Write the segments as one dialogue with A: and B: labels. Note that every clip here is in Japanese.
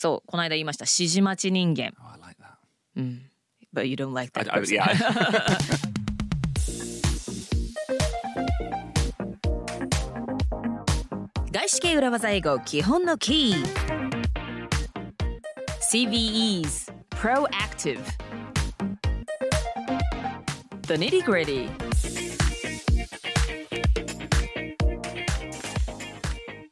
A: そうこの間言いました指示待ち人間
B: Oh, I like that.
A: but you don't like
B: I,
A: that
B: I,
A: person.
B: yeah.
A: I- 外資系裏技英語基本のキー CVEs Proactive The Nitty Gritty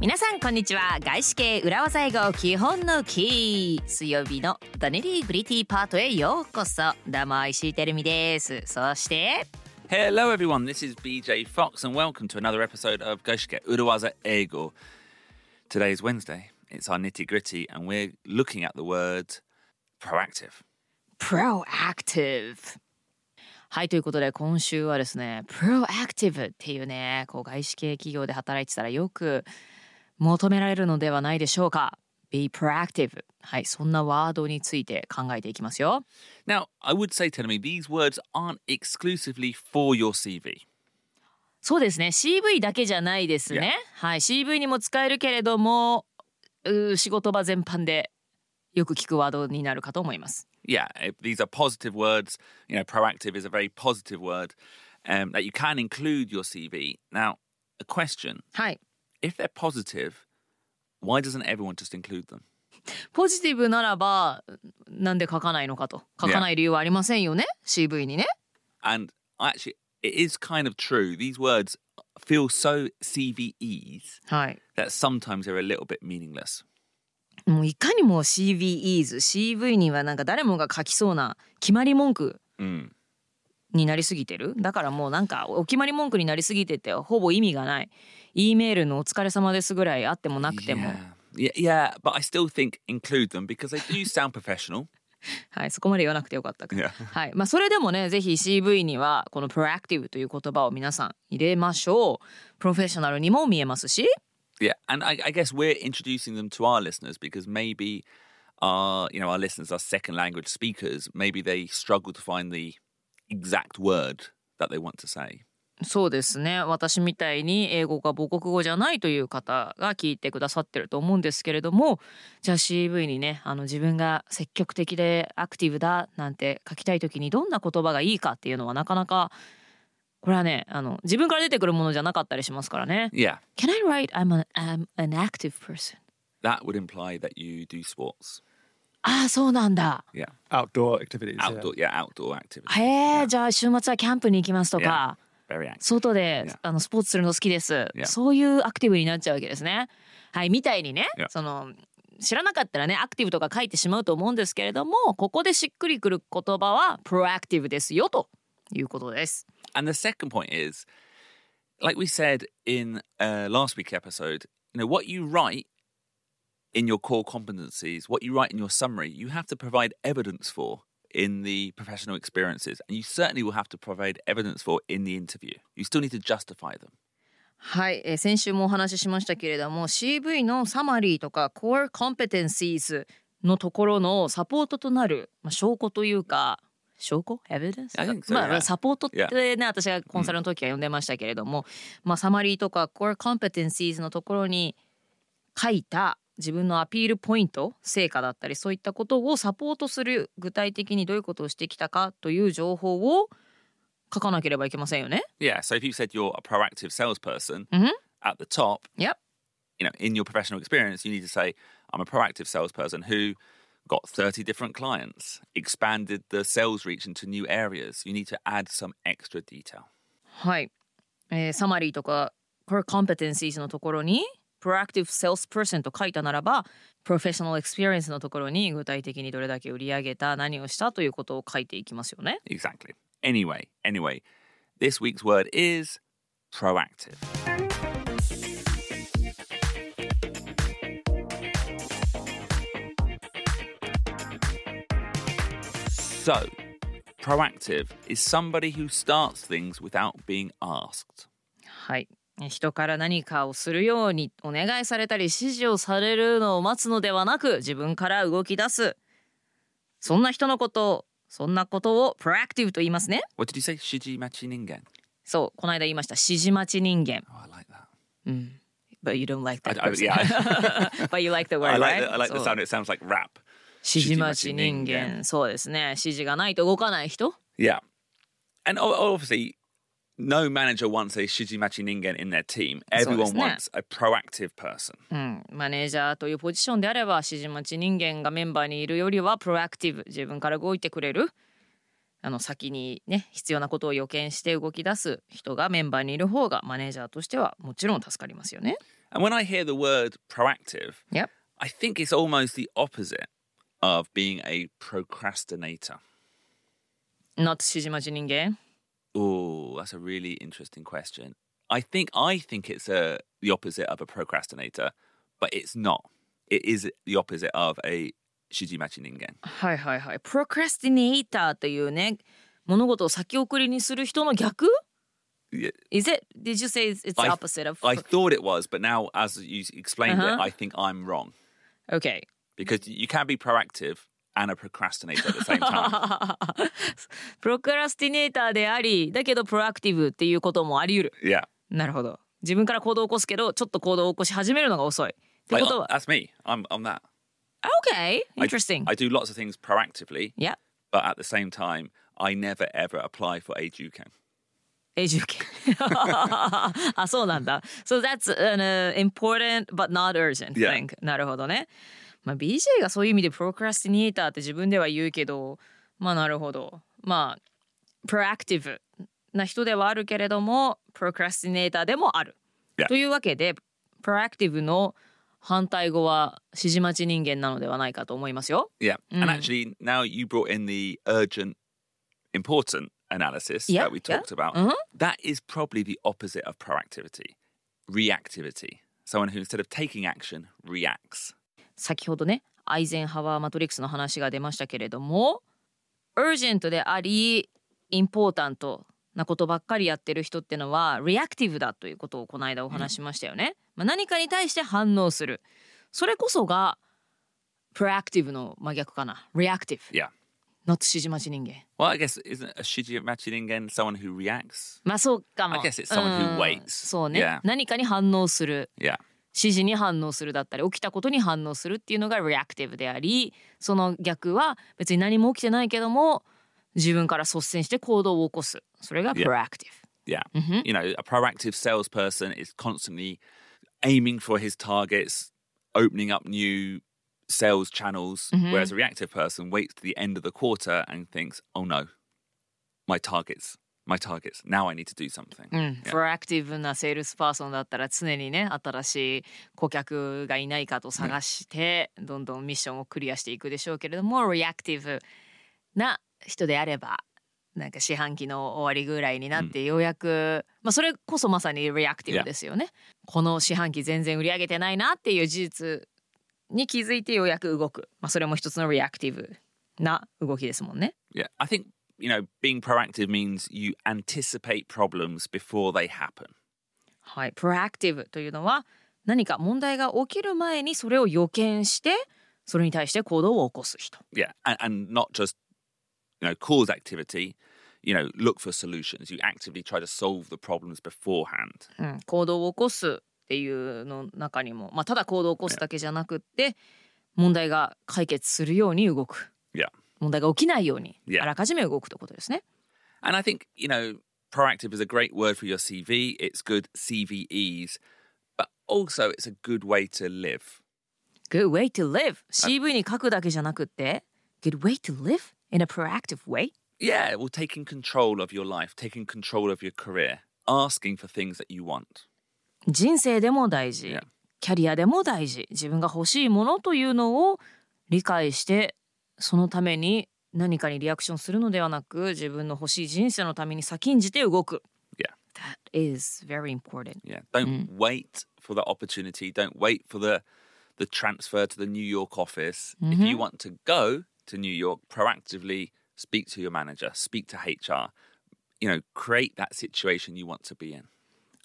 A: 皆さんこんにちは外資系裏技英語基本のキー水曜日のダネリーグリティパートへようこそどうも石井てるみですそして
B: Hello, everyone. This is BJ Fox, and welcome to another episode of Goshike Urawaza Ego. Today is Wednesday. It's our nitty gritty, and we're looking at the word proactive.
A: Proactive はいということで今週はですね Proactive っていうねこう外資系企業で働いてたらよく求められるのではないでしょうか Be proactive はいそんなワードについて考えていきますよ
B: Now, I would say, tell me, these words aren't exclusively for your CV.
A: そうですね CV だけじゃないですね、はい CV にも使えるけれどもうー仕事場全般でよく聞くワードになるかと思います
B: Yeah, eh, these are positive words. You know, proactive is a very positive word um, that you can include your CV. Now, a question
A: はい
B: if they're positive, why doesn't everyone just include them?
A: ポジティブならばなんで書かないのかと書かない理由はありませんよね CV にね
B: And actually, it is kind of true. These words feel so CVEs
A: はい
B: that sometimes they're a little bit meaningless.
A: もういかにも CVEs CV にはなんか誰もが書きそうな決まり文句
B: Mm.
A: になりすぎてるだからもうなんかお決まり文句になりすぎててほぼ意味がない E メールのお疲れ様ですぐらいあってもなくても
B: Yeah. yeah, yeah, but I still think include them because they do sound professional.
A: はいそこまで言わなくてよかったか
B: Yeah.
A: はいまあそれでもねぜひ CV にはこのプロアクティブという言葉を皆さん入れましょうプロフェッショナルにも見えますし
B: Yeah, and I, I guess we're introducing them to our listeners because maybe our you know our listeners are second language speakers. Maybe they struggle to find the exact word that they want to say.
A: そうですね私みたいに英語が母国語じゃないという方が聞いてくださってると思うんですけれどもじゃあ CV にねあの自分が積極的でアクティブだなんて書きたい時にどんな言葉がいいかっていうのはなかなかこれはねあの自分から出てくるものじゃなかったりしますからね。
B: Yeah,
A: Can I write I'm, a, I'm an active person?
B: that would imply that you do sports.
A: ああそうなんだ。
B: Yeah,
C: outdoor activities. yeah.
B: outdoor. Yeah, outdoor activities.
A: へえじゃあ週末はキャンプに行きますとか。
B: Very active.
A: 外で、
B: Yeah.
A: あのスポーツするの好きです、
B: Yeah.
A: そういうアクティブになっちゃうわけですねはいみたいにね、
B: Yeah.
A: その知らなかったらねアクティブとか書いてしまうと思うんですけれどもここでしっくりくる言葉はプロアクティブですよということです
B: And the second point is, like we said in uh, last week's episode, you know what you write in your core competencies, what you write in your summary, you have to provide evidence for in the professional experiences, and you certainly will have to provide evidence for in the interview. You still need to justify them.
A: はい、えー先週もお話ししましたけれども CV のサマリーとか Core Competencies のところのサポートとなる、まあ、証拠というか証拠 evidence?
B: I think so,
A: まあ、
B: yeah.
A: サポートってね私がコンサルの時は呼んでましたけれども、まあ、サマリーとか Core Competencies のところに書いた自分のアピールポイント成果だったりそういったことをサポートする具体的にどういうことをしてきたかという情報を書かなければいけませんよね。
B: Yeah. So if you said you're a proactive salesperson
A: Mhm.
B: at the top,
A: Yep.
B: you know, in your professional experience, you need to say, I'm a proactive salesperson who got 30 different clients, expanded the sales reach into new areas. You need to add some extra detail.
A: はい、えーサマリーとか Core Competencies のところに Proactive Salesperson と書いたならば Professional Experience のところに具体的にどれだけ売り上げた何をしたということを書いていきますよね
B: Exactly. Anyway, anyway, this week's word is proactive. 'So, proactive is somebody who starts things without being asked.
A: はい人から何かをするようにお願いされたり指示をされるのを待つのではなく自分から動き出すそんな人のことをそんなことを Proactive と言いますね
B: What did you say? Shiji Machi Ningen.
A: そうこの間言いました指示待ち人間
B: Oh, I like that.
A: but you don't like that.
B: I- I-
A: person.
B: yeah.
A: but you like the word,
B: I like,
A: right?
B: the, I like
A: そ
B: the
A: う
B: sound. It sounds like rap.
A: 指示待ち人
B: 指示待ち人
A: 間。そうですね。指示がないと動かない人。
B: Yeah. And o- obviously, no manager wants a Shijimachi Ningen in their team. Everyone
A: isn't it?
B: wants a proactive person.
A: うん、マネージャーというポジションであれば指示待ち人間がメンバーにいるよりはプロアクティブ自分から動いてくれるあの先にね必要なことを予見して動き出す人がメンバーにいる方がマネージャーとしてはもちろん助かりますよね。
B: And when I hear the word proactive,
A: Yep.
B: I think it's almost the opposite of being a procrastinator.
A: Not 指示待ち人間
B: Oh, that's a really interesting question. I think I think it's a, the opposite of a procrastinator, but it's not. It is the opposite of a Shijimachi Ningen.
A: はいはいはい。プロクラスティネイターというね物事を先送りにする人の逆
B: Yeah,
A: Is it? Did you say it's the
B: I-
A: opposite of?
B: I thought it was, but now as you explained
A: Uh-huh.
B: it, I think I'm wrong.
A: Okay.
B: because you can be proactive and a procrastinator at the same time.
A: プロクラスティネーターでありだけどプロアクティブっていうこともあり得る
B: yeah.
A: なるほど自分から行動を起こすけどちょっと行動を起こし始めるのが遅いってこ
B: Like,
A: とは
B: that's me. I'm I'm that.
A: OK
B: I-
A: interesting
B: I do lots of things proactively,
A: yeah
B: but at the same time, I never ever apply for a Jucan.
A: 永住権 あそうなんだ so that's an、uh, important but not urgent
B: Yeah.
A: thing、なるほどねまあ BJ がそういう意味でプロクラスティネーターって自分では言うけどまあなるほどまあプロアクティブな人ではあるけれどもプロクラスティネーターでもある、
B: Yeah.
A: というわけでプロアクティブの反対語は指示待ち人間なのではないかと思いますよ
B: Yeah.
A: Mm.
B: And actually, now you brought in the urgent, important analysis
A: Yeah,
B: that we
A: yeah.
B: talked about.
A: Mhm.
B: That is probably the opposite of proactivity, reactivity. Someone who instead of taking action reacts.
A: 先ほどねアイゼンハワーマトリックスの話が出ましたけれども urgent であり important なことばっかりやってる人ってのは reactive だということをこの間お話ししましたよね、まあ、何かに対して反応するそれこそが proactive の真逆かな reactive
B: Yeah.
A: not 指示待ち人間
B: Well, I guess isn't a Shiji Machiningen someone who reacts?
A: まあそうかも
B: I guess it's someone who
A: うん
B: waits.
A: そうね、
B: Yeah.
A: 何かに反応する
B: Yeah.
A: 指示に反応するだったり起きたことに反応するっていうのが reactive でありその逆は別に何も起きてないけども自分から率先して行動を起こすそれが
B: Yeah.
A: proactive、
B: Yeah. You know, a proactive salesperson is constantly aiming for his targets, opening up new sales channels, whereas a reactive person waits to the end of the quarter and thinks, oh no, my targets, my targets. Now I need to do something.
A: うん、proactive なセールスパーソンだったら常にね新しい顧客がいないかと探して、どんどんミッションをクリアしていくでしょうけれども reactive な人であればなんか四半期の終わりぐらいになってようやく、まあ、それこそまさに reactive
B: Yeah.
A: ですよね。この四半期全然売り上げてないなっていう事実に気づいてようやく動く、まあ、それも一つの reactive な動きですもんね。
B: Yeah. I think, you know, being proactive means you anticipate problems before they happen.
A: はい、プロアクティブというのは何か問題が起きる前にそれを予見してそれに対して行動を起こす人
B: Yeah. And, and not just, you know, cause activity. You know, look for solutions. You actively try to solve the problems beforehand.
A: うん、行動を起こすっていうの中にも、まあ、ただ行動を起こすだけじゃなくって問題が解決するように動く
B: Yeah.
A: 問題が起きないように
B: Yeah.
A: あらかじめ動くということですね。
B: And I think, you know, proactive is a great word for your CV. It's good CVEs, but also it's a good way to live.
A: Good way to live CV に書くだけじゃなくって Good way to live in a proactive way
B: Yeah, well, taking control of your life, taking control of your career, asking for things that you want.
A: 人生でも大事、
B: Yeah.
A: キャリアでも大事自分が欲しいものというのを理解してそのために何かにリアクションするのではなく自分の欲しい人生のために先んじて動く。
B: Yeah.
A: That is very important.
B: Yeah, don't wait for the opportunity. Don't wait for the the transfer to the New York office. If you want to go to New York, proactively speak to your manager, speak to HR. You know, create that situation you want to be in.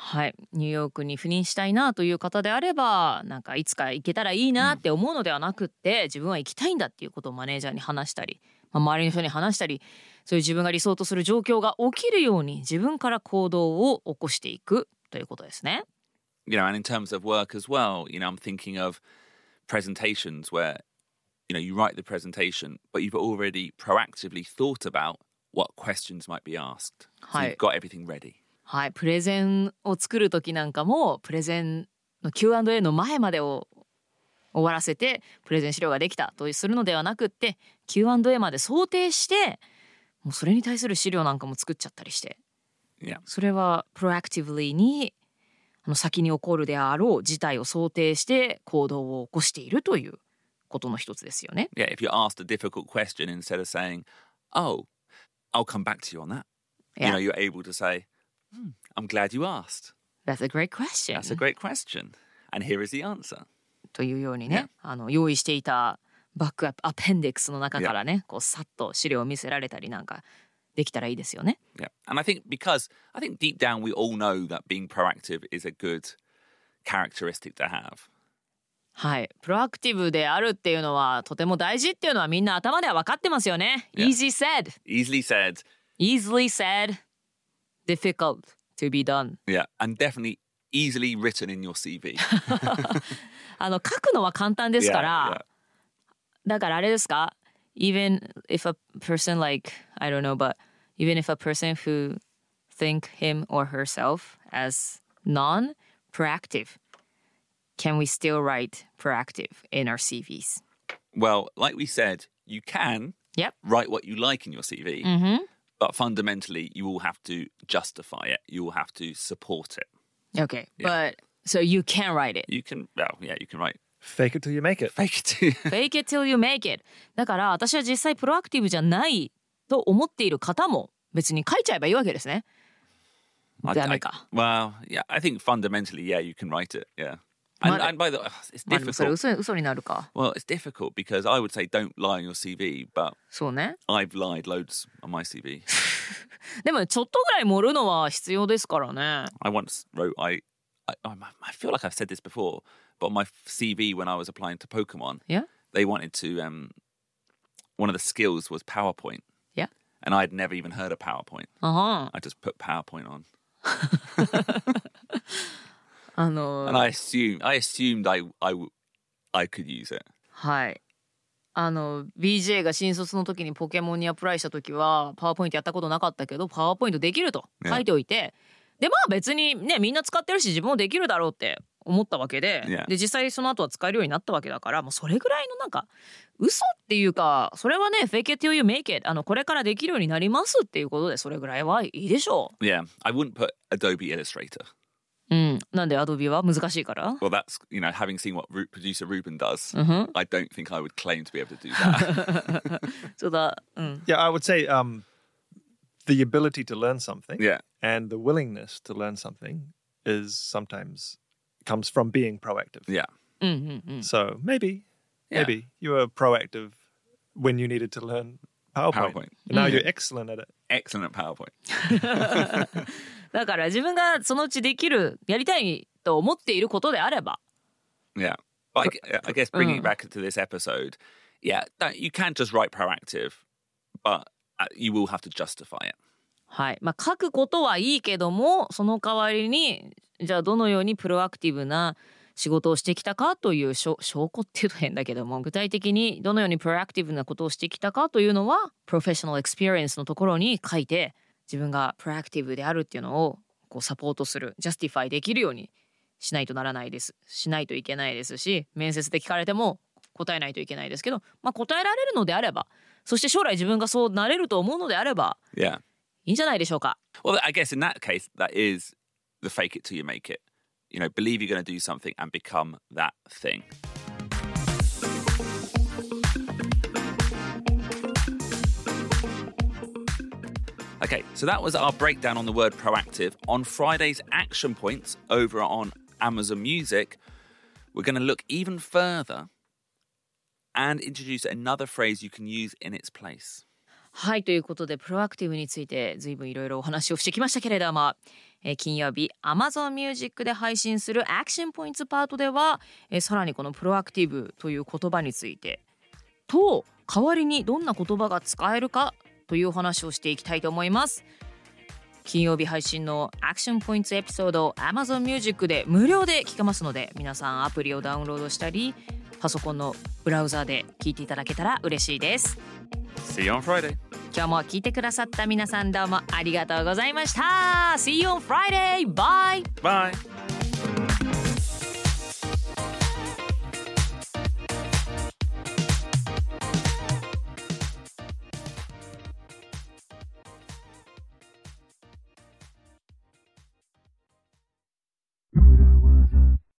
A: はい、ニューヨークに赴任したいなという方であればなんかいつか行けたらいいなって思うのではなくって、自分は行きたいんだっていうことをマネージャーに話したり、まあ、周りの人に話したりそういう自分が理想とする状況が起きるように自分から行動を起こしていくということですね。
B: you know, and in terms of work as well, you know, I'm thinking of presentations where, you know, you write the presentation, but you've already proactively thought about what questions might be asked. So
A: Hi.
B: you've got everything ready.
A: はい、プレゼンを作る時なんかもプレゼンの Q&A の前までを終わらせてプレゼン資料ができたとするのではなくって Q&A まで想定してもうそれに対する資料なんかも作っちゃったりして
B: Yeah.
A: それはプロアクティブリーにあの先に起こるであろう事態を想定して行動を起こしているということの一つですよね。
B: Yeah. If you're asked a difficult question, instead of saying, oh, I'll come back to you on that, you
A: Yeah.
B: know, you're able to say, hmm, I'm glad you asked.
A: That's a great question.
B: That's a great question. And here is the answer.
A: というようにね、あの用意していたバックアップアペンデックスの中からね、こうさっと資料を見せられたりなんかできたらいいですよね。
B: Yeah. And I think because I think deep down we all know that being proactive is a good characteristic to have.
A: はい、プロアクティブであるっていうのはとても大事っていうのはみんな頭では分かってますよね。
B: Yeah.
A: Easy said,
B: Easily said,
A: easily said, difficult to be done.
B: yeah, and definitely easily written in your CV.
A: あの書くのは簡単ですから、
B: yeah,
A: だからあれですか Even if a person like, I don't know, but even if a person who think him or herself as non-proactive, can we still write proactive in our CVs?
B: Well, like we said, you can
A: Yep.
B: write what you like in your CV,
A: Mm-hmm.
B: but fundamentally you will have to justify it. You will have to support it.
A: Okay. But so you can write it.
B: You can, well, yeah, you can write
C: Fake it till you make it.
B: fake it. too.
A: Fake it till you make it. だから私は実際プロアクティブじゃないと思っている方も別に書いちゃえばいいわけですね。
B: I-
A: Damn
B: I-
A: it.
B: well, yeah, I think fundamentally, yeah, you can write it. Yeah, and,
A: Might-
B: and by the way, it's
A: まあでもそれ
B: difficult.
A: 嘘嘘になるか。
B: Well, it's difficult because I would say don't lie on your CV, but
A: そうね。
B: I've lied loads on my CV.
A: でもちょっとぐらい盛るのは必要ですからね。
B: I once wrote, I, I, I'm- I feel like I've said this before, but on my CV when I was applying to Pokemon,
A: Yeah.
B: they wanted to. Um, one of the skills was PowerPoint.
A: Yeah.
B: and I'd never even heard of PowerPoint.
A: あは
B: I just put PowerPoint on,
A: あ
B: and
A: の
B: I assumed I assumed I I w- I could use it.
A: はい。あの BJ が新卒の時にポケモンにアプライした時はパワーポイントやったことなかったけどパワーポイントできると
B: ね
A: 書いておいて、でまあ別にねみんな使ってるし自分もできるだろうって思ったわけで、
B: ね
A: で実際その後は使えるようになったわけだからもうそれぐらいのなんか嘘っていうかそれはね fake it till you make it あのこれからできるようになりますっていうことでそれぐらいはいいでしょ
B: Yeah, I wouldn't put Adobe Illustrator.
A: う。うん、なんで Adobe は難しいから。
B: Well, that's you know having seen what Ru- producer Ruben does,
A: うんふん
B: I don't think I would claim to be able to do that.
A: そうだ、うん、
C: Yeah, I would say um, the ability to learn something
B: yeah,
C: and the willingness to learn something is sometimes comes from being proactive.
B: yeah.
A: うん、うん、うん。
C: So maybe,
B: Mm. Yeah.
C: maybe you were proactive when you needed to learn
B: PowerPoint.
C: PowerPoint.
B: Mm.
C: And now you're excellent at it.
B: Excellent PowerPoint.
A: だから自分がそのうちできるやりたいと思っていることであれば
B: Yeah. But I gu- I, guess bringing
A: Mm.
B: it back to this episode, yeah, don't, you can just write proactive, but uh, you will have to justify it.
A: はいまあ書くことはいいけどもその代わりにじゃあどのようにプロアクティブな仕事をしてきたかという証証拠っていうと変だけども具体的にどのようにプロアクティブなことをしてきたかというのはプロフェッショナルエクスペリエンスのところに書いて自分がプロアクティブであるっていうのをこうサポートするジャスティファイできるようにしないとならないですしないといけないですし面接で聞かれても答えないといけないですけど、まあ、答えられるのであればそして将来自分がそうなれると思うのであれば
B: Yeah.
A: いいんじゃないでしょうか。
B: Well, I guess in that case, that is the fake it till you make it. You know, believe you're going to do something and become that thing. Okay, so that was our breakdown on the word proactive. On Friday's action points over on Amazon Music, we're going to look even further and introduce another phrase you can use in its place.
A: はいということでプロアクティブについて随分いろいろお話をしてきましたけれども、えー金曜日 Amazon Music で配信する Action Points パートでは、えーさらにこのプロアクティブという言葉についてと代わりにどんな言葉が使えるかというお話をしていきたいと思います。金曜日配信のアクションポイントエピソードを Amazon Music で無料で聞けますので皆さんアプリをダウンロードしたりパソコンのブラウザーで聞いていただけたら嬉しいです
B: See you on Friday.
A: 今日も聞いてくださった皆さんどうもありがとうございました See you on Friday! Bye!
B: Bye.